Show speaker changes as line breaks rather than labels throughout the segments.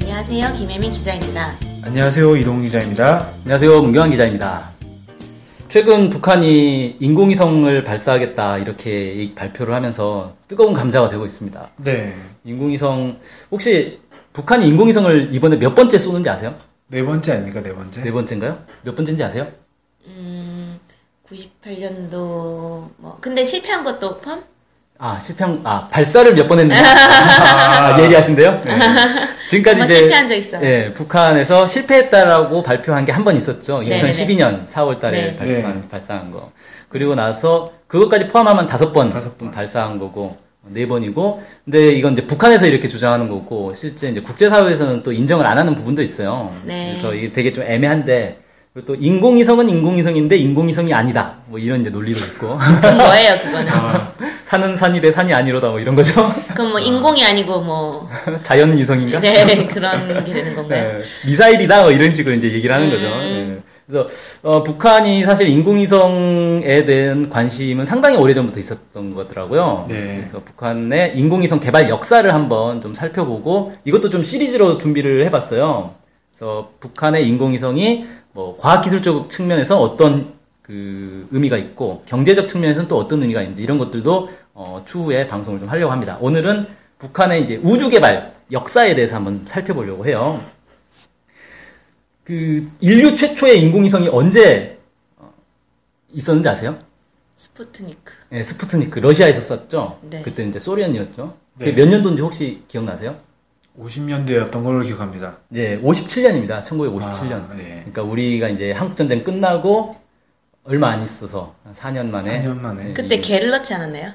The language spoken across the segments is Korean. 안녕하세요. 김혜민 기자입니다.
안녕하세요 이동 기자입니다.
안녕하세요. 문경환 기자입니다. 최근 북한이 인공위성을 발사하겠다 이렇게 이- 발표를 하면서 뜨거운 감자가 되고 있습니다.
네.
인공위성 혹시 북한이 인공위성을 이번에 몇 번째 쏘는지 아세요?
네 번째 아닙니까 네 번째?
네 번째인가요? 몇 번째인지 아세요?
98년도 뭐 근데 실패한 것도 포함?
아 실패한 아 발사를 몇 번 했느냐? 아, 예리하신데요? 네. 지금까지
한번
이제
실패한 적 있어요.
예, 북한에서 실패했다라고 발표한 게 한 번 있었죠.
네네네.
2012년 4월달에
네.
발표한 발사한 거. 그리고 나서 그것까지 포함하면 다섯 번,
다섯 번.
발사한 거고 네 번이고. 근데 이건 이제 북한에서 이렇게 주장하는 거고 실제 이제 국제사회에서는 또 인정을 안 하는 부분도 있어요.
네.
그래서 이게 되게 좀 애매한데. 그리고 또 인공위성은 인공위성인데 인공위성이 아니다. 뭐 이런 이제 논리도 있고.
그건 뭐예요, 그거는?
아. 산은 산이 돼 산이 아니로다 뭐 이런 거죠.
그건 뭐 인공이 아니고 뭐
자연 위성인가?
네, 그런 게 되는 건가요?
네, 미사일이다 뭐 이런 식으로 이제 얘기를 하는 거죠. 네. 그래서 어, 북한이 사실 인공위성에 대한 관심은 상당히 오래전부터 있었던 거더라고요.
네.
그래서 북한의 인공위성 개발 역사를 한번 좀 살펴보고 이것도 좀 시리즈로 준비를 해봤어요. 그래서 북한의 인공위성이 뭐 과학기술적 측면에서 어떤 그 의미가 있고 경제적 측면에서는 또 어떤 의미가 있는지 이런 것들도 어, 추후에 방송을 좀 하려고 합니다. 오늘은 북한의 이제 우주 개발 역사에 대해서 한번 살펴보려고 해요. 그 인류 최초의 인공위성이 언제 어, 있었는지 아세요?
스푸트니크.
예, 스푸트니크 러시아에서 썼죠.
네.
그때 이제 소련이었죠.
네.
그게 몇 년도인지 혹시 기억나세요?
50년대였던 걸로 기억합니다.
예, 57년입니다. 1957년.
아, 네.
그러니까 우리가 이제 한국 전쟁 끝나고 얼마 안 있어서 한 4년 만에
4년 만에.
그때
이게-
개를 넣지 않았나요?
네.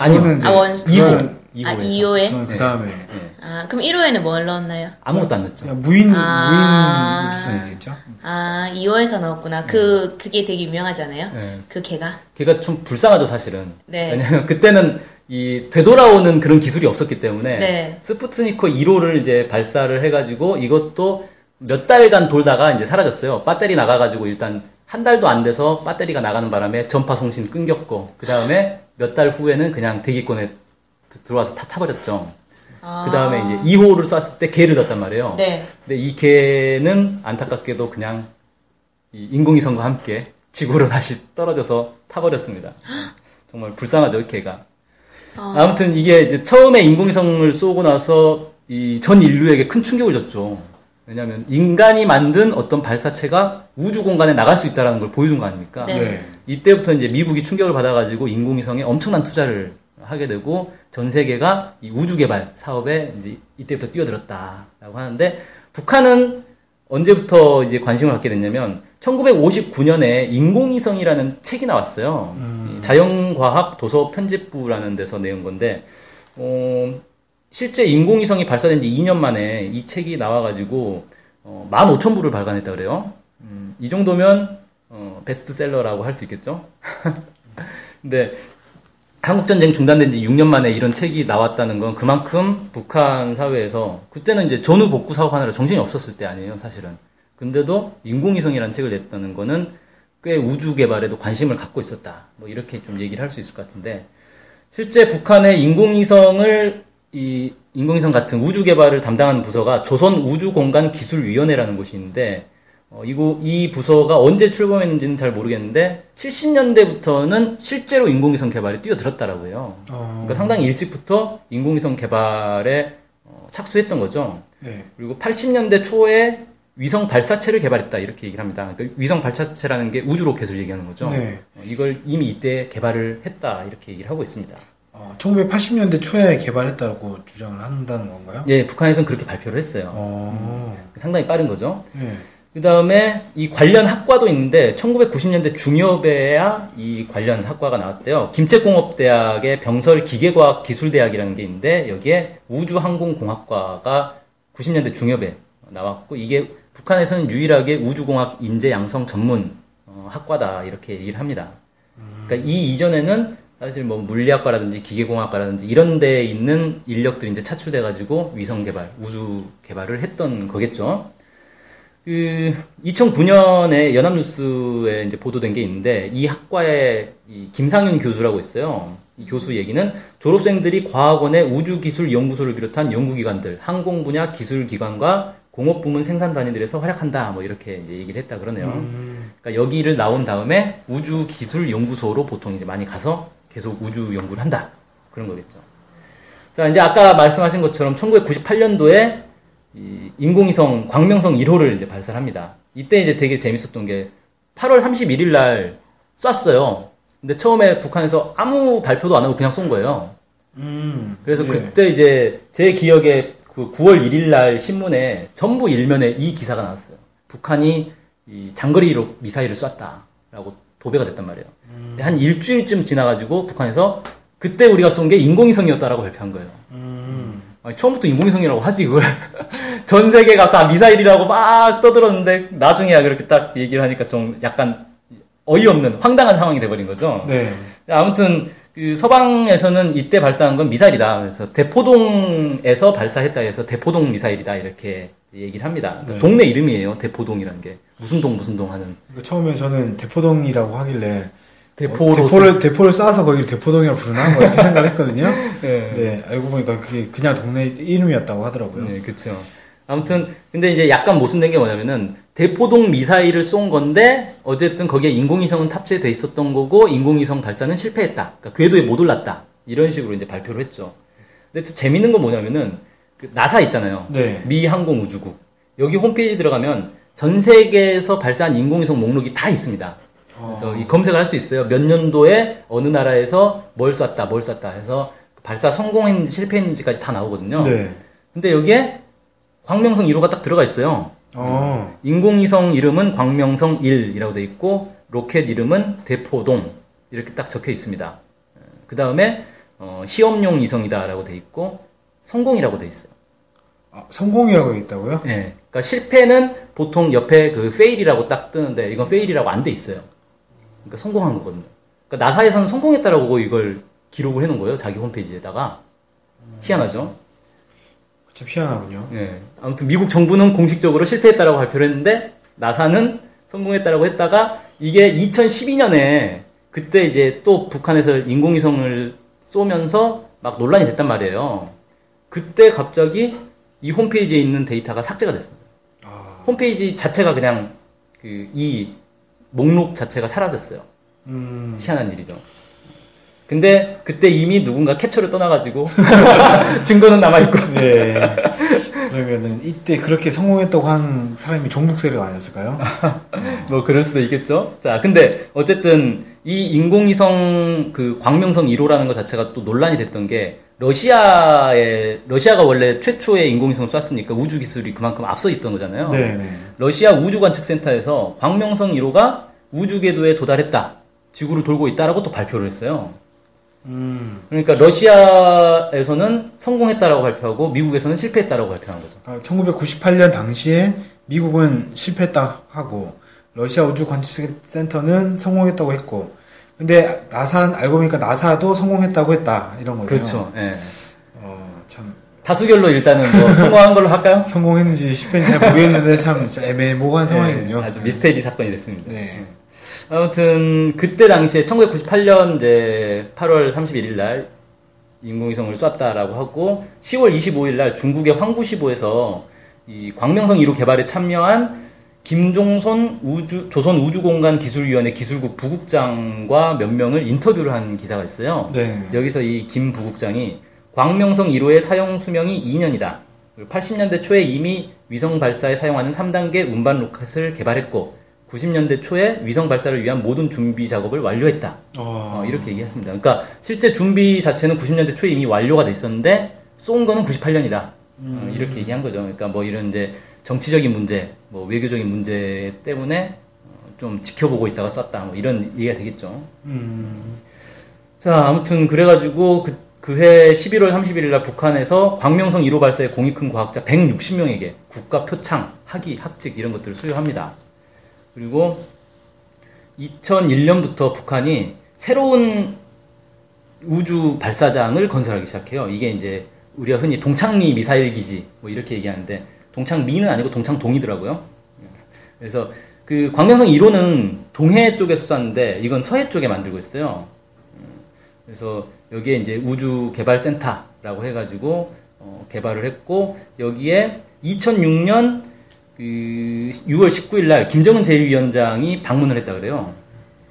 아니요. 네.
그거는 이제
아, 원-
그건-
아,
이호에서. 네.
2호에?
그건 그 다음에
아, 그럼 1호에는 뭘 넣었나요?
아무것도 안 넣었죠.
그냥 무인
아.
무인 우주선이겠죠?
아, 2호에서 넣었구나. 그 그게 되게 유명하잖아요.
네.
그 개가.
걔가 좀 불쌍하죠, 사실은.
네.
왜냐면 그때는 이 되돌아오는 그런 기술이 없었기 때문에
네.
스푸트니코 1호를 이제 발사를 해가지고 이것도 몇 달간 돌다가 이제 사라졌어요. 배터리 나가가지고 일단 한 달도 안 돼서 배터리가 나가는 바람에 전파 송신 끊겼고 그 다음에 몇 달 후에는 그냥 대기권에 드- 들어와서 다 타버렸죠. 그 다음에 이제 2호를 쐈을 때 개를 넣었단 말이에요.
아. 네.
근데 이 개는 안타깝게도 그냥 이 인공위성과 함께 지구로 다시 떨어져서 타버렸습니다. 정말 불쌍하죠, 이 개가. 아무튼 이게 이제 처음에 인공위성을 쏘고 나서 이 전 인류에게 큰 충격을 줬죠. 왜냐하면 인간이 만든 어떤 발사체가 우주 공간에 나갈 수 있다라는 걸 보여준 거 아닙니까?
네.
이때부터 이제 미국이 충격을 받아가지고 인공위성에 엄청난 투자를 하게 되고 전 세계가 이 우주 개발 사업에 이제 이때부터 뛰어들었다라고 하는데 북한은 언제부터 이제 관심을 갖게 됐냐면 1959년에 인공위성이라는 책이 나왔어요. 이 자연과학 도서 편집부라는 데서 내온 건데 어, 실제 인공위성이 발사된 지 2년 만에 이 책이 나와가지고 어, 15,000부를 발간했다 그래요. 음, 이 정도면 어, 베스트셀러라고 할 수 있겠죠. 근데 한국 전쟁 중단된 지 6년 만에 이런 책이 나왔다는 건 그만큼 북한 사회에서 그때는 이제 전후 복구 사업하느라 정신이 없었을 때 아니에요, 사실은. 근데도 인공위성이라는 책을 냈다는 거는 꽤 우주 개발에도 관심을 갖고 있었다. 뭐 이렇게 좀 얘기를 할 수 있을 것 같은데 실제 북한의 인공위성을 이 인공위성 같은 우주 개발을 담당하는 부서가 조선 우주공간 기술위원회라는 곳이 있는데 어, 이고 이 부서가 언제 출범했는지는 잘 모르겠는데 70년대부터는 실제로 인공위성 개발에 뛰어들었다라고 해요. 그러니까 상당히 일찍부터 인공위성 개발에 어, 착수했던 거죠.
네.
그리고 80년대 초에 위성 발사체를 개발했다 이렇게 얘기를 합니다. 그러니까 위성 발사체라는 게 우주 로켓을 얘기하는 거죠.
네.
어, 이걸 이미 이때 개발을 했다 이렇게 얘기를 하고 있습니다.
어, 1980년대 초에 개발했다고 주장을 한다는 건가요?
예, 북한에서는 그렇게 발표를 했어요.
어.
상당히 빠른 거죠.
네.
그 다음에 이 관련 학과도 있는데 1990년대 중엽에야 이 관련 학과가 나왔대요. 김책공업대학의 병설기계과학기술대학이라는 게 있는데 여기에 우주항공공학과가 90년대 중엽에 나왔고 이게 북한에서는 유일하게 우주공학 인재 양성 전문 어, 학과다 이렇게 얘기를 합니다. 그러니까 이 이전에는 사실 뭐 물리학과라든지 기계공학과라든지 이런 데 있는 인력들이 이제 차출돼 가지고 위성 개발, 우주 개발을 했던 거겠죠. 그 2009년에 연합뉴스에 이제 보도된 게 있는데 이 학과의 이 김상윤 교수라고 있어요. 이 교수 얘기는 졸업생들이 과학원의 우주기술연구소를 비롯한 연구기관들, 항공 분야 기술기관과 공업부문 생산단위들에서 활약한다 뭐 이렇게 이제 얘기를 했다 그러네요. 그러니까 여기를 나온 다음에 우주기술연구소로 보통 이제 많이 가서 계속 우주 연구를 한다 그런 거겠죠. 자, 이제 아까 말씀하신 것처럼 1998년도에 인공위성 광명성 1호를 이제 발사합니다. 이때 이제 되게 재밌었던 게 8월 31일 날 쐈어요. 근데 처음에 북한에서 아무 발표도 안 하고 그냥 쏜 거예요. 음. 그래서
예.
그때 이제 제 기억에 그 9월 1일 날 신문에 전부 일면에 이 기사가 나왔어요. 북한이 이 장거리로 미사일을 쐈다라고 도배가 됐단 말이에요. 근데 한 일주일쯤 지나가지고 북한에서 그때 우리가 쏜 게 인공위성이었다라고 발표한 거예요. 아니, 처음부터 인공위성이라고 하지 그걸 전 세계가 다 미사일이라고 막 떠들었는데 나중에야 그렇게 딱 얘기를 하니까 좀 약간 어이없는 황당한 상황이 돼버린 거죠.
네.
아무튼 그 서방에서는 이때 발사한 건 미사일이다. 그래서 대포동에서 발사했다 해서 대포동 미사일이다 이렇게 얘기를 합니다. 그러니까
네.
동네 이름이에요. 대포동이라는 게 무슨 동 무슨 동 하는
그러니까 처음에 저는 대포동이라고 하길래
대포로
대포를 대포를 쏴서 거기를 대포동이라고 부르나 뭐 이렇게 생각했거든요.
네.
네. 알고 보니까 그게 그냥 동네 이름이었다고 하더라고요.
네, 그렇죠. 아무튼 근데 이제 약간 모순된 게 뭐냐면은 대포동 미사일을 쏜 건데 어쨌든 거기에 인공위성은 탑재돼 있었던 거고 인공위성 발사는 실패했다. 그러니까 궤도에 못 올랐다. 이런 식으로 이제 발표를 했죠. 근데 또 재밌는 건 뭐냐면은 그 나사 있잖아요.
네.
미 항공우주국 여기 홈페이지 들어가면 전 세계에서 발사한 인공위성 목록이 다 있습니다. 그래서
아.
이 검색을 할 수 있어요. 몇 년도에 어느 나라에서 뭘 쐈다, 뭘 쐈다 해서 발사 성공했는지 실패했는지까지 다 나오거든요.
네.
근데 여기에 광명성 1호가 딱 들어가 있어요.
어.
인공위성 이름은 광명성 1이라고 돼 있고 로켓 이름은 대포동 이렇게 딱 적혀 있습니다. 그 다음에 어, 시험용 위성이다라고 돼 있고 성공이라고 돼 있어요.
아, 성공이라고 있다고요?
예. 그러니까 실패는 보통 옆에 그 페일이라고 딱 뜨는데 이건 페일이라고 안 돼 있어요. 그러니까 성공한 거거든요. 그러니까 나사에서는 성공했다라고 이걸 기록을 해놓은 거예요. 자기 홈페이지에다가 희한하죠.
참 희한하군요.
예. 아무튼 미국 정부는 공식적으로 실패했다라고 발표를 했는데 나사는 성공했다라고 했다가 이게 2012년에 그때 이제 또 북한에서 인공위성을 쏘면서 막 논란이 됐단 말이에요. 그때 갑자기 이 홈페이지에 있는 데이터가 삭제가 됐습니다.
아.
홈페이지 자체가 그냥 그 이 목록 자체가 사라졌어요.
음.
희한한 일이죠. 근데 그때 이미 누군가 캡처를 떠나가지고 증거는 남아있고
네. 그러면은 이때 그렇게 성공했다고 한 사람이 종북세력 아니었을까요?
뭐 그럴 수도 있겠죠. 자, 근데 어쨌든 이 인공위성 그 광명성 1호라는 것 자체가 또 논란이 됐던 게 러시아의 러시아가 원래 최초의 인공위성을 쐈으니까 우주 기술이 그만큼 앞서 있던 거잖아요.
네, 네.
러시아 우주관측센터에서 광명성 1호가 우주 궤도에 도달했다. 지구를 돌고 있다라고 또 발표를 했어요. 그러니까 러시아에서는 성공했다라고 발표하고 미국에서는 실패했다라고 발표한 거죠.
아, 1998년 당시에 미국은 실패했다 하고 러시아 우주 관측 센터는 성공했다고 했고 근데 나사 알고 보니까 나사도 성공했다고 했다 이런 거죠.
그렇죠. 예.
어, 참
다수결로 일단은 뭐 성공한 걸로 할까요?
성공했는지 실패했는지 잘 모르겠는데 참 진짜 애매모호한 상황이군요.
네, 아주 미스테리 사건이 됐습니다.
네.
아무튼 그때 당시에 1998년 이제 8월 31일 날 인공위성을 쐈다라고 하고 10월 25일 날 중국의 황구시보에서 이 광명성 1호 개발에 참여한 김종선 우주 조선 우주공간 기술위원회 기술국 부국장과 몇 명을 인터뷰를 한 기사가 있어요.
네.
여기서 이 김 부국장이 광명성 1호의 사용 수명이 2년이다. 80년대 초에 이미 위성 발사에 사용하는 3단계 운반 로켓을 개발했고 90년대 초에 위성 발사를 위한 모든 준비 작업을 완료했다.
어,
어, 이렇게 얘기했습니다. 그러니까 실제 준비 자체는 90년대 초에 이미 완료가 돼 있었는데 쏜 거는 98년이다. 어,
음.
이렇게 얘기한 거죠. 그러니까 뭐 이런 이제 정치적인 문제, 뭐 외교적인 문제 때문에 어, 좀 지켜보고 있다가 쐈다. 뭐 이런 얘기가 되겠죠. 자, 아무튼 그래가지고 그 그해 11월 31일 날 북한에서 광명성 1호 발사의 공이 큰 과학자 160명에게 국가 표창, 학위, 학직 이런 것들을 수여합니다. 그리고 2001년부터 북한이 새로운 우주 발사장을 건설하기 시작해요. 이게 이제 우리가 흔히 동창리 미사일 기지 뭐 이렇게 얘기하는데 동창리는 아니고 동창동이더라고요. 그래서 그 광명성 1호는 동해 쪽에서 쐈는데 이건 서해 쪽에 만들고 있어요. 그래서 여기에 이제 우주개발센터라고 해가지고 어, 개발을 했고 여기에 2006년 그 6월 19일 날 김정은 제1위원장이 방문을 했다 그래요.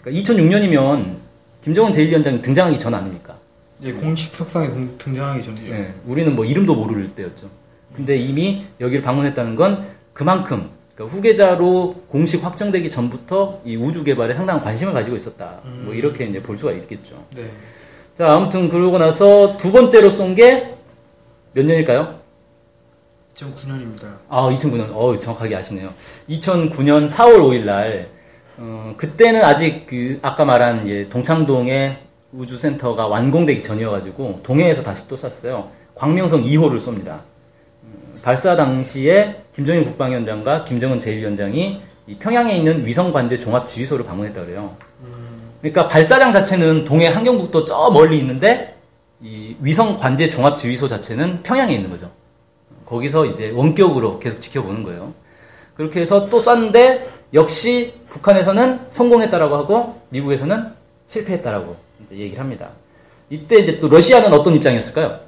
그러니까 2006년이면 김정은 제1위원장이 등장하기 전 아닙니까?
이제 공식 석상에 등- 등장하기 전이죠.
예, 우리는 뭐 이름도 모를 때였죠. 근데 이미 여기를 방문했다는 건 그만큼 그러니까 후계자로 공식 확정되기 전부터 이 우주 개발에 상당한 관심을 가지고 있었다. 뭐 이렇게 이제 볼 수가 있겠죠.
네.
자, 아무튼 그러고 나서 두 번째로 쏜 게 몇 년일까요?
2009년입니다.
아, 2009년. 어, 정확하게 아시네요. 2009년 4월 5일 날, 어, 그때는 아직 그, 아까 말한 이제 동창동의 우주센터가 완공되기 전이어가지고, 동해에서 다시 또 쐈어요. 광명성 2호를 쏩니다. 음, 발사 당시에 김정일 국방위원장과 김정은 제1위원장이 평양에 있는 위성관제 종합지휘소를 방문했다 그래요. 그러니까 발사장 자체는 동해 한경북도 저 멀리 있는데, 이 위성관제 종합지휘소 자체는 평양에 있는 거죠. 거기서 이제 원격으로 계속 지켜보는 거예요. 그렇게 해서 또 쐈는데 역시 북한에서는 성공했다라고 하고 미국에서는 실패했다라고 이제 얘기를 합니다. 이때 이제 또 러시아는 어떤 입장이었을까요?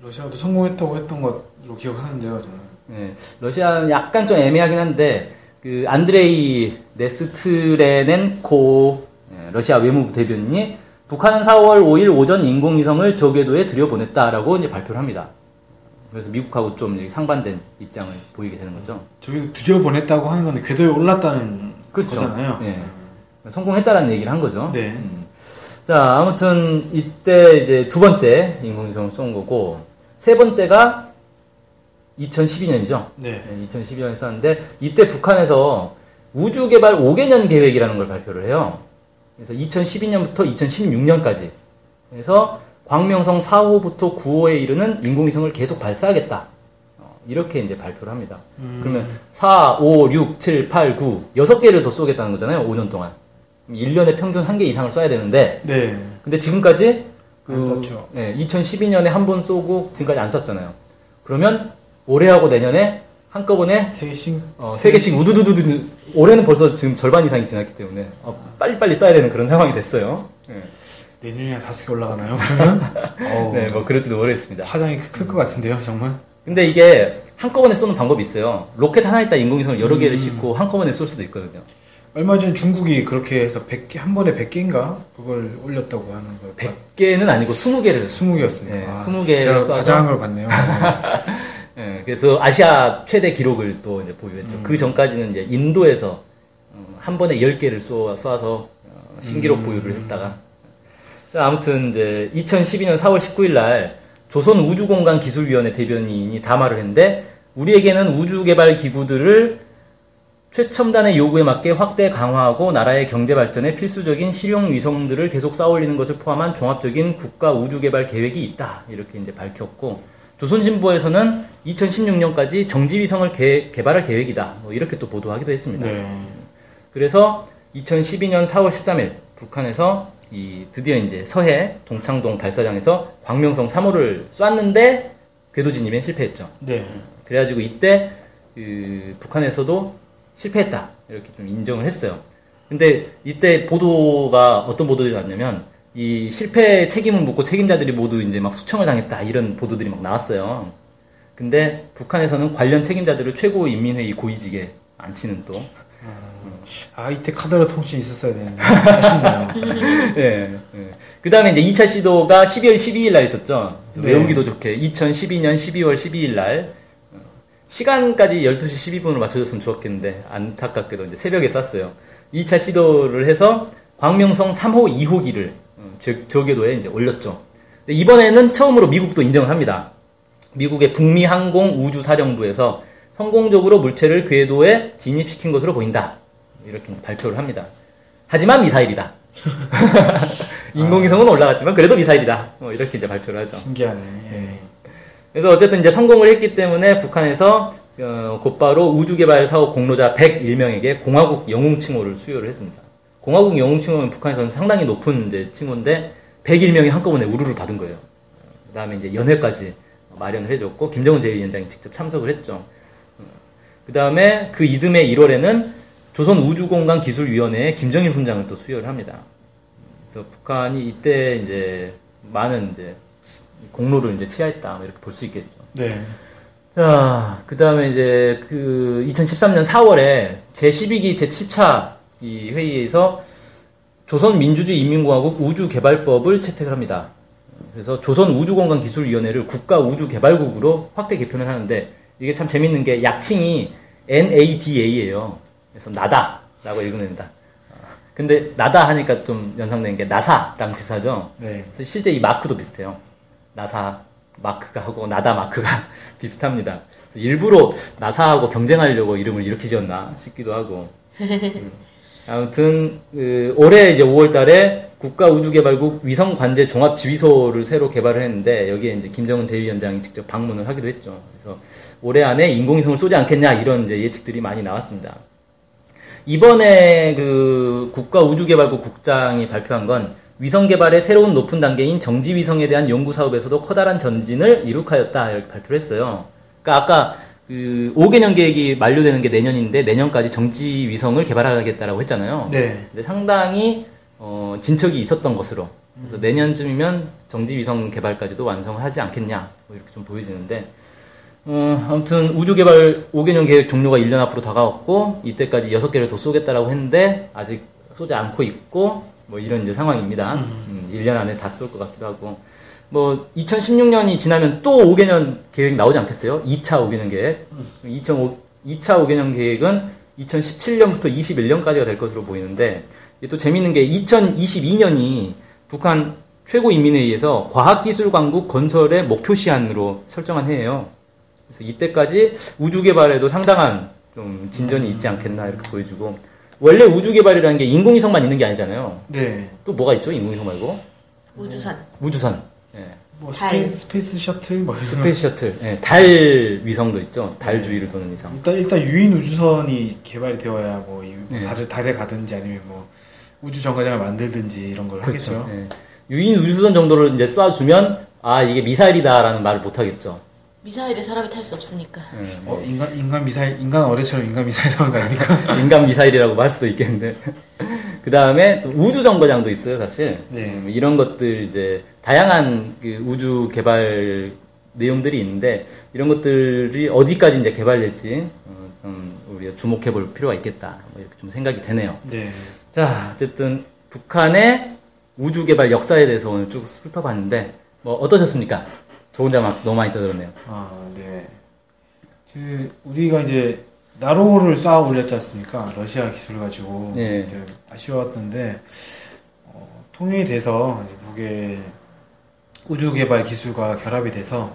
러시아도 성공했다고 했던 것으로 기억하는데요, 저는.
예, 러시아는 약간 좀 애매하긴 한데 그 안드레이 네스트레넨코 예, 러시아 외무부 대변인이 북한은 4월 5일 오전 인공위성을 저궤도에 들여보냈다라고 이제 발표를 합니다. 그래서 미국하고 좀 이제 상반된 입장을 보이게 되는 거죠.
저기도 들여보냈다고 하는 건데 궤도에 올랐다는
그렇죠.
거잖아요.
예. 성공했다라는 얘기를 한 거죠.
네.
자, 아무튼 이때 이제 두 번째 인공위성을 쏜 거고 세 번째가 2012년이죠.
네.
2012년에 쐈는데 이때 북한에서 우주 개발 5개년 계획이라는 걸 발표를 해요. 그래서 2012년부터 2016년까지 그래서 광명성 4호부터 9호에 이르는 인공위성을 계속 발사하겠다. 어, 이렇게 이제 발표를 합니다. 그러면 4, 5, 6, 7, 8, 9 여섯 개를 더 쏘겠다는 거잖아요. 5년 동안. 1년에 평균 한 개 이상을 쏴야 되는데
네. 그
근데 지금까지
안 썼죠.
네, 2012년에 한 번 쏘고 지금까지 안 쐈잖아요. 그러면 올해하고 내년에 한꺼번에
세 개씩.
어, 세 개씩 우두두두두 올해는 벌써 지금 절반 이상이 지났기 때문에 어, 빨리빨리 써야 되는 그런 상황이 됐어요. 네,
내년에 다섯 개 올라가나요, 그러면? 어우,
네, 뭐 그럴지도 모르겠습니다.
파장이 클 것 같은데요, 정말?
근데 이게 한꺼번에 쏘는 방법이 있어요. 로켓 하나 있다 인공위성을 여러
음.
개를 싣고 한꺼번에 쏠 수도 있거든요.
얼마 전 중국이 그렇게 해서 100개, 한 번에 100개인가? 그걸 올렸다고 하는 걸.
100개는 아니고 20개를
20개였습니다.
네,
아,
20개를
제가
쏴서-
과장한 걸 봤네요. 네.
예, 그래서 아시아 최대 기록을 또 이제 보유했죠.
음.
그 전까지는 이제 인도에서 어, 한 번에 10개를 쏘, 쏴서 어, 신기록 보유를 했다가. 자, 아무튼 이제 2012년 4월 19일 날 조선우주공간기술위원회 대변인이 담화를 했는데 우리에게는 우주개발 기구들을 최첨단의 요구에 맞게 확대 강화하고 나라의 경제 발전에 필수적인 실용 위성들을 계속 쌓아올리는 것을 포함한 종합적인 국가 우주 개발 계획이 있다 이렇게 이제 밝혔고 조선신보에서는 2016년까지 정지 위성을 개, 개발할 계획이다 뭐 이렇게 또 보도하기도 했습니다.
네.
그래서 2012년 4월 13일 북한에서 이 드디어 이제 서해 동창동 발사장에서 광명성 3호를 쐈는데 궤도 진입엔 실패했죠.
네.
그래가지고 이때 그 북한에서도 실패했다 이렇게 좀 인정을 했어요. 근데 이때 보도가 어떤 보도들이 나왔냐면 이 실패 책임을 묻고 책임자들이 모두 이제 막 수청을 당했다 이런 보도들이 막 나왔어요. 근데 북한에서는 관련 책임자들을 최고인민회의 고위직에 앉히는 또
아, 이때 카더라 통신 있었어야 되는데. 아쉽네요.
예, 예. 그 다음에 이제 2차 시도가 12월 12일 날 있었죠. 그래서
네.
외우기도 좋게. 2012년 12월 12일 날. 어, 시간까지 12시 12분으로 맞춰줬으면 좋았겠는데, 안타깝게도 이제 새벽에 쐈어요. 2차 시도를 해서 광명성 3호 2호기를 어, 저궤도에 이제 올렸죠. 근데 이번에는 처음으로 미국도 인정을 합니다. 미국의 북미항공 우주사령부에서 성공적으로 물체를 궤도에 진입시킨 것으로 보인다. 이렇게 이제 발표를 합니다. 하지만 미사일이다. 인공위성은 올라갔지만 그래도 미사일이다. 뭐 이렇게 이제 발표를 하죠.
신기하네. 예.
그래서 어쨌든 이제 성공을 했기 때문에 북한에서 어, 곧바로 우주개발사업 공로자 101명에게 공화국 영웅 칭호를 수여를 했습니다. 공화국 영웅 칭호는 북한에서는 상당히 높은 이제 칭호인데 101명이 한꺼번에 우르르 받은 거예요. 그 다음에 이제 연회까지 마련을 해줬고 김정은 제2위원장이 직접 참석을 했죠. 그 다음에 그 이듬해 1월에는 조선우주공간기술위원회에 김정일 훈장을 또 수여를 합니다. 그래서 북한이 이때 이제 많은 이제 공로를 이제 취하했다 이렇게 볼 수 있겠죠.
네.
자, 그 다음에 이제 그 2013년 4월에 제12기 제7차 이 회의에서 조선민주주의인민공화국 우주개발법을 채택을 합니다. 그래서 조선우주공간기술위원회를 국가우주개발국으로 확대 개편을 하는데 이게 참 재밌는 게 약칭이 NADA예요. 그래서 나다라고 읽으면 됩니다. 근데 나다 하니까 좀 연상되는 게 나사랑 비슷하죠.
네.
그래서 실제 이 마크도 비슷해요. 나사 마크가 하고 나다 마크가 비슷합니다. 그래서 일부러 나사하고 경쟁하려고 이름을 이렇게 지었나 싶기도 하고. 음. 아무튼 그 올해 이제 5월달에 국가우주개발국 위성관제 종합지휘소를 새로 개발을 했는데 여기에 이제 김정은 제1위원장이 직접 방문을 하기도 했죠. 그래서 올해 안에 인공위성을 쏘지 않겠냐 이런 이제 예측들이 많이 나왔습니다. 이번에 그 국가우주개발국 국장이 발표한 건 위성 개발의 새로운 높은 단계인 정지 위성에 대한 연구 사업에서도 커다란 전진을 이룩하였다 이렇게 발표를 했어요. 그러니까 아까 그 5개년 계획이 만료되는 게 내년인데 내년까지 정지 위성을 개발하겠다라고 했잖아요.
네.
근데 상당히 어, 진척이 있었던 것으로. 그래서 내년쯤이면 정지 위성 개발까지도 완성을 하지 않겠냐 뭐 이렇게 좀 보여지는데 어, 아무튼 우주 개발 5개년 계획 종료가 1년 앞으로 다가왔고 이때까지 6개를 더 쏘겠다라고 했는데 아직 쏘지 않고 있고 뭐 이런 이제 상황입니다. 음, 1년 안에 다 쏠 것 같기도 하고 뭐 2016년이 지나면 또 5개년 계획 나오지 않겠어요? 2차 5개년 계획. 2005, 2차 5개년 계획은 2017년부터 21년까지가 될 것으로 보이는데 이게 또 재밌는 게 2022년이 북한 최고인민회의에서 과학기술강국 건설의 목표 시안으로 설정한 해예요. 그래서 이때까지 우주 개발에도 상당한 좀 진전이 있지 않겠나 이렇게 보여지고 원래 우주 개발이라는 게 인공위성만 있는 게 아니잖아요.
네.
또 뭐가 있죠? 인공위성 말고
우주선.
우주선, 예.
뭐
달.
스페이스, 스페이스 셔틀 뭐 이런
스페이스 셔틀, 예. 달 위성도 있죠. 달 주위를 도는 위성.
일단 일단 유인 우주선이 개발이 되어야 뭐 이-
네.
달을 달에 가든지 아니면 뭐 우주 정거장을 만들든지 이런 걸 하겠죠.
예. 유인 우주선 정도를 이제 쏴주면 아 이게 미사일이다라는 말을 못 하겠죠.
미사일에 사람이 탈 수 없으니까.
네.
어, 인간 인간 미사일 인간 어뢰처럼 인간 미사일 나온 거 아닙니까?
인간 미사일이라고 할 수도 있겠는데. 그 다음에 우주 정거장도 있어요, 사실.
네.
음, 이런 것들 이제 다양한 그 우주 개발 내용들이 있는데 이런 것들이 어디까지 이제 개발될지 어, 좀 우리가 주목해볼 필요가 있겠다. 뭐 이렇게 좀 생각이 되네요.
네.
자, 어쨌든 북한의 우주 개발 역사에 대해서 오늘 쭉 훑어봤는데 뭐 어떠셨습니까? 저 혼자 막 너무 많이 떠들었네요.
아, 네. 그 우리가 이제 나로호를 쏴 올렸지 않습니까? 러시아 기술 가지고
네.
이제 아쉬웠는데 어, 통일이 돼서 이제 북의 우주 개발 기술과 결합이 돼서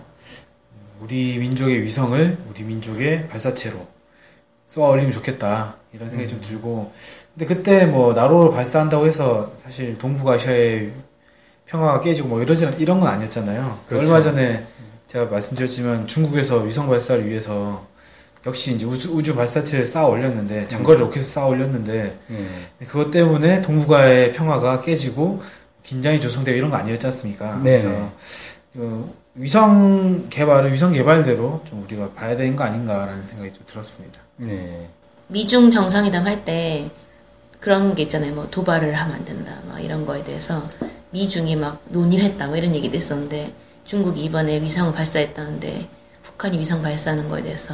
우리 민족의 위성을 우리 민족의 발사체로 쏘아 올리면 좋겠다 이런 생각이
음.
좀 들고 근데 그때 뭐 나로를 발사한다고 해서 사실 동북아시아의 평화가 깨지고 뭐 이러지 이런 건 아니었잖아요.
그렇죠.
얼마 전에 제가 말씀드렸지만 중국에서 위성 발사를 위해서 역시 이제 우주, 우주 발사체를 쌓아 올렸는데 장거리 로켓을 쌓아 올렸는데
음.
네, 그것 때문에 동북아의 평화가 깨지고 긴장이 조성되고 이런 거 아니었지 않습니까?
네.
그래서 그 위성 개발은 위성 개발대로 좀 우리가 봐야 되는 거 아닌가라는 생각이 좀 들었습니다.
네.
미중 정상회담 할 때 그런 게 있잖아요. 뭐 도발을 하면 안 된다. 막 이런 거에 대해서 미중이 막 논의를 했다. 뭐 이런 얘기도 있었는데 중국이 이번에 위성을 발사했다는데 북한이 위성 발사하는 거에 대해서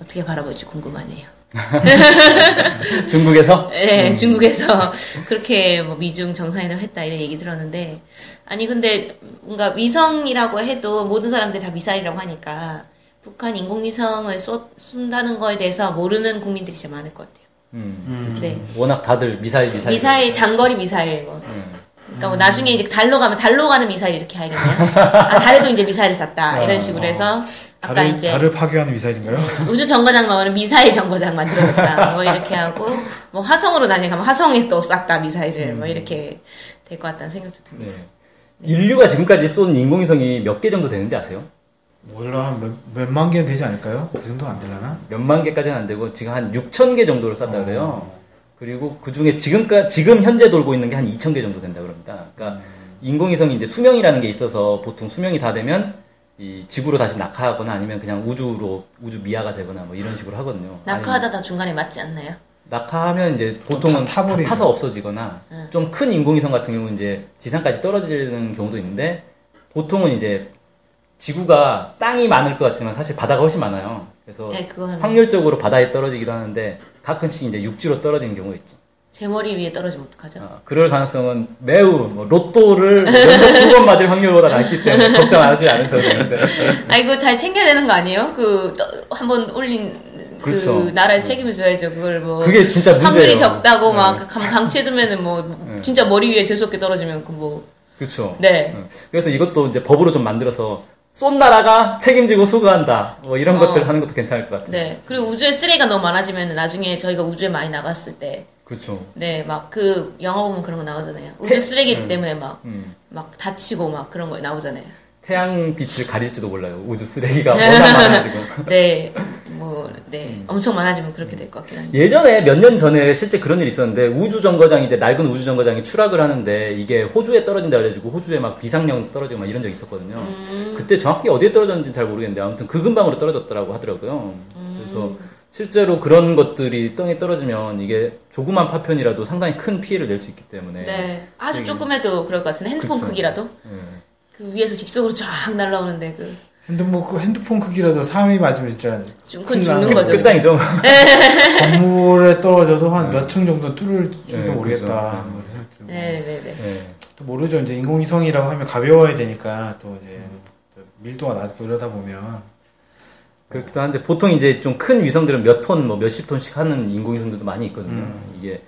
어떻게 바라볼지 궁금하네요.
중국에서
네, 중국에서 그렇게 뭐 미중 정상회담 했다 이런 얘기 들었는데 아니 근데 뭔가 위성이라고 해도 모든 사람들이 다 미사일이라고 하니까 북한 인공위성을 쏘, 쏜다는 거에 대해서 모르는 국민들이 진짜 많을 것 같아요.
음.
네.
워낙 다들 미사일 음. 미사일
미사일 장거리 미사일 뭐 그러니까 뭐 나중에 이제 달로 가면 달로 가는 미사일 이렇게 하겠네요. 아, 달에도 이제 미사일을
어.
쐈다 이런 식으로 해서 아까
달을,
이제
달을 파괴하는 미사일인가요?
우주 정거장 나오는 미사일 정거장 만들었다. 뭐 이렇게 하고 뭐 화성으로 다녀가면 화성에 또 쐈다 미사일을 뭐 이렇게 될 것 같다는 생각도 듭니다.
음. 네. 인류가 지금까지 쏜 인공위성이 몇 개 정도 되는지 아세요?
몰라 한 몇, 몇만 개는 되지 않을까요? 그 정도 안 되려나?
몇만 개까지는 안 되고 지금 한 6천 개 정도를 쐈다 그래요. 그리고 그 중에 지금까 지금 현재 돌고 있는 게 한 2천 개 정도 된다 그럽니다. 그러니까 인공위성이 이제 수명이라는 게 있어서 보통 수명이 다 되면 이 지구로 다시 낙하하거나 아니면 그냥 우주로 우주 미아가 되거나 뭐 이런 식으로 하거든요.
낙하하다 다 중간에 맞지 않나요?
낙하하면 이제 보통은
타- 타버리죠.
타, 서 없어지거나 좀 큰 인공위성 같은 경우는 이제 지상까지 떨어지는 경우도 있는데 보통은 이제 지구가 땅이 많을 것 같지만 사실 바다가 훨씬 많아요. 그래서
네, 그거는
확률적으로 바다에 떨어지기도 하는데 가끔씩 이제 육지로 떨어지는 경우가 있죠.
제 머리 위에 떨어지면 어떡하죠?
아, 그럴 가능성은 매우 뭐 로또를 연속 두 번 맞을 확률보다 낮기 때문에 걱정 안 하지 않으셔도 되는데
아 이거 잘 챙겨야 되는 거 아니에요? 그 한 번 올린 그
그렇죠.
나라에 책임을 져야죠. 그걸 뭐
그게 진짜 문제예요. 네.
확률이 적다고 막 감- 방치해두면은 뭐 진짜 머리 위에 재수없게 떨어지면 그뭐
그렇죠.
네.
어, 그래서 이것도 이제 법으로 좀 만들어서 쏜 나라가 책임지고 수거한다 뭐 이런 것들 하는 것도 괜찮을 것 같아요.
어. 네. 그리고 우주에 쓰레기가 너무 많아지면 나중에 저희가 우주에 많이 나갔을 때,
그렇죠.
네, 막 그 영화 보면 그런 거 나오잖아요. 우주 쓰레기
음.
때문에 막, 막 다치고 막 그런 거 나오잖아요.
태양 빛을 가릴지도 몰라요. 우주 쓰레기가 워낙 많아지고.
네, 뭐,
음.
네. 엄청 많아지면 그렇게 될 것 같긴 한데.
예전에 몇 년 전에 실제 그런 일이 있었는데 우주 정거장이 이제 낡은 우주 정거장이 추락을 하는데 이게 호주에 떨어진다 그래가지고 호주에 막 비상령 떨어지고 막 이런 적이 있었거든요.
음.
그때 정확히 어디에 떨어졌는지 잘 모르겠는데 아무튼 그 근방으로 떨어졌더라고 하더라고요.
음.
그래서 실제로 그런 것들이 땅에 떨어지면 이게 조그만 파편이라도 상당히 큰 피해를 낼 수 있기 때문에
네. 아주 조금 해도 그럴 것 같은데, 핸드폰
그쵸. 네.
크기라도? 그 위에서 직속으로 쫙 날라오는데, 그,
핸드폰, 그 핸드폰 크기라도 사람이 맞으면 진짜
좀, 그건
큰일
죽는
나는
거죠.
끝장이죠.
건물에 떨어져도 한 몇 층 정도 뚫을 줄도
네,
모르겠다.
그죠.
뭐 이런 생각 들고.
네, 네, 네.
네.
또 모르죠. 이제 인공위성이라고 하면 가벼워야 되니까 또 이제 또 밀도가 낮고 이러다 보면
그렇기도 한데 보통 이제 좀 큰 위성들은 몇 톤, 뭐 몇십 톤씩 하는 인공위성들도 많이 있거든요.
음.
이게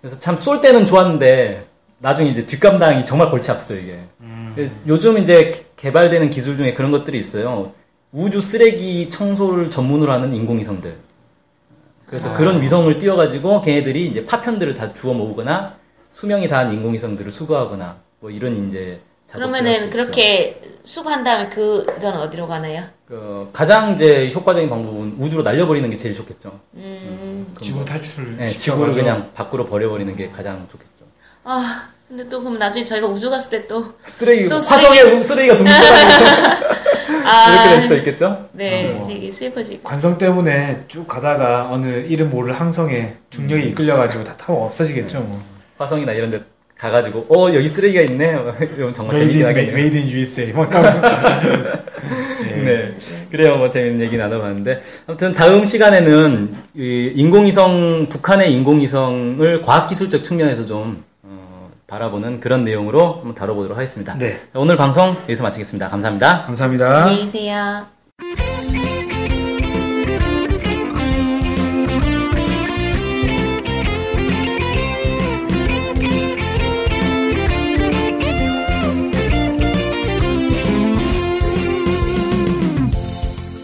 그래서 참 쏠 때는 좋았는데 나중에 이제 뒷감당이 정말 골치 아프죠 이게.
음.
그래서 요즘 이제 개- 개발되는 기술 중에 그런 것들이 있어요. 우주 쓰레기 청소를 전문으로 하는 인공위성들.
아.
그래서 그런 위성을 띄워가지고 걔네들이 이제 파편들을 다 주워 모으거나 수명이 다한 인공위성들을 수거하거나 뭐 이런 이제 작업들을 할수
그러면은
있죠.
그렇게 수거한 다음에 그, 그건 어디로 가나요?
그 가장 이제 효과적인 방법은 우주로 날려버리는 게 제일 좋겠죠.
지구 탈출을
네,
시켜가지고
지구를 그냥 밖으로 버려버리는 게 가장 좋겠죠.
아, 근데 또 그럼 나중에 저희가 우주 갔을 때 또,
쓰레기, 아.
또
화성에 쓰레기. 쓰레기가 둥둥 떠다니고 이렇게 음. 될 수도 있겠죠?
네, 되게 슬퍼지고.
관성 때문에 쭉 가다가 어느 이름 모를 항성에 중력이 이끌려가지고 다 타고 없어지겠죠. 뭐.
화성이나 이런 데 가가지고, 어, 여기 쓰레기가 있네? 이러면 정말
메이드
재밌긴
인
하겠네요.
메이드 인 USA 뭐 이런
네. 그래요. 뭐 재밌는 얘기 나눠봤는데. 아무튼 다음 시간에는 이 인공위성, 북한의 인공위성을 과학기술적 측면에서 좀 어, 바라보는 그런 내용으로 한번 다뤄보도록 하겠습니다.
네.
자, 오늘 방송 여기서 마치겠습니다. 감사합니다.
감사합니다.
안녕히 계세요.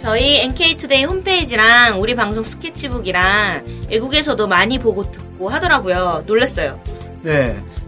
저희 NK투데이 홈페이지랑 우리 방송 스케치북이랑 외국에서도 많이 보고 듣고 하더라고요. 놀랐어요.
네.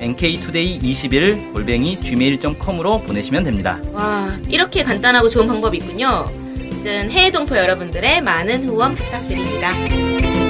nktoday21-gmail.com으로 보내시면 됩니다.
와, 이렇게 간단하고 좋은 방법이 있군요. 아무튼 해외 동포 여러분들의 많은 후원 부탁드립니다.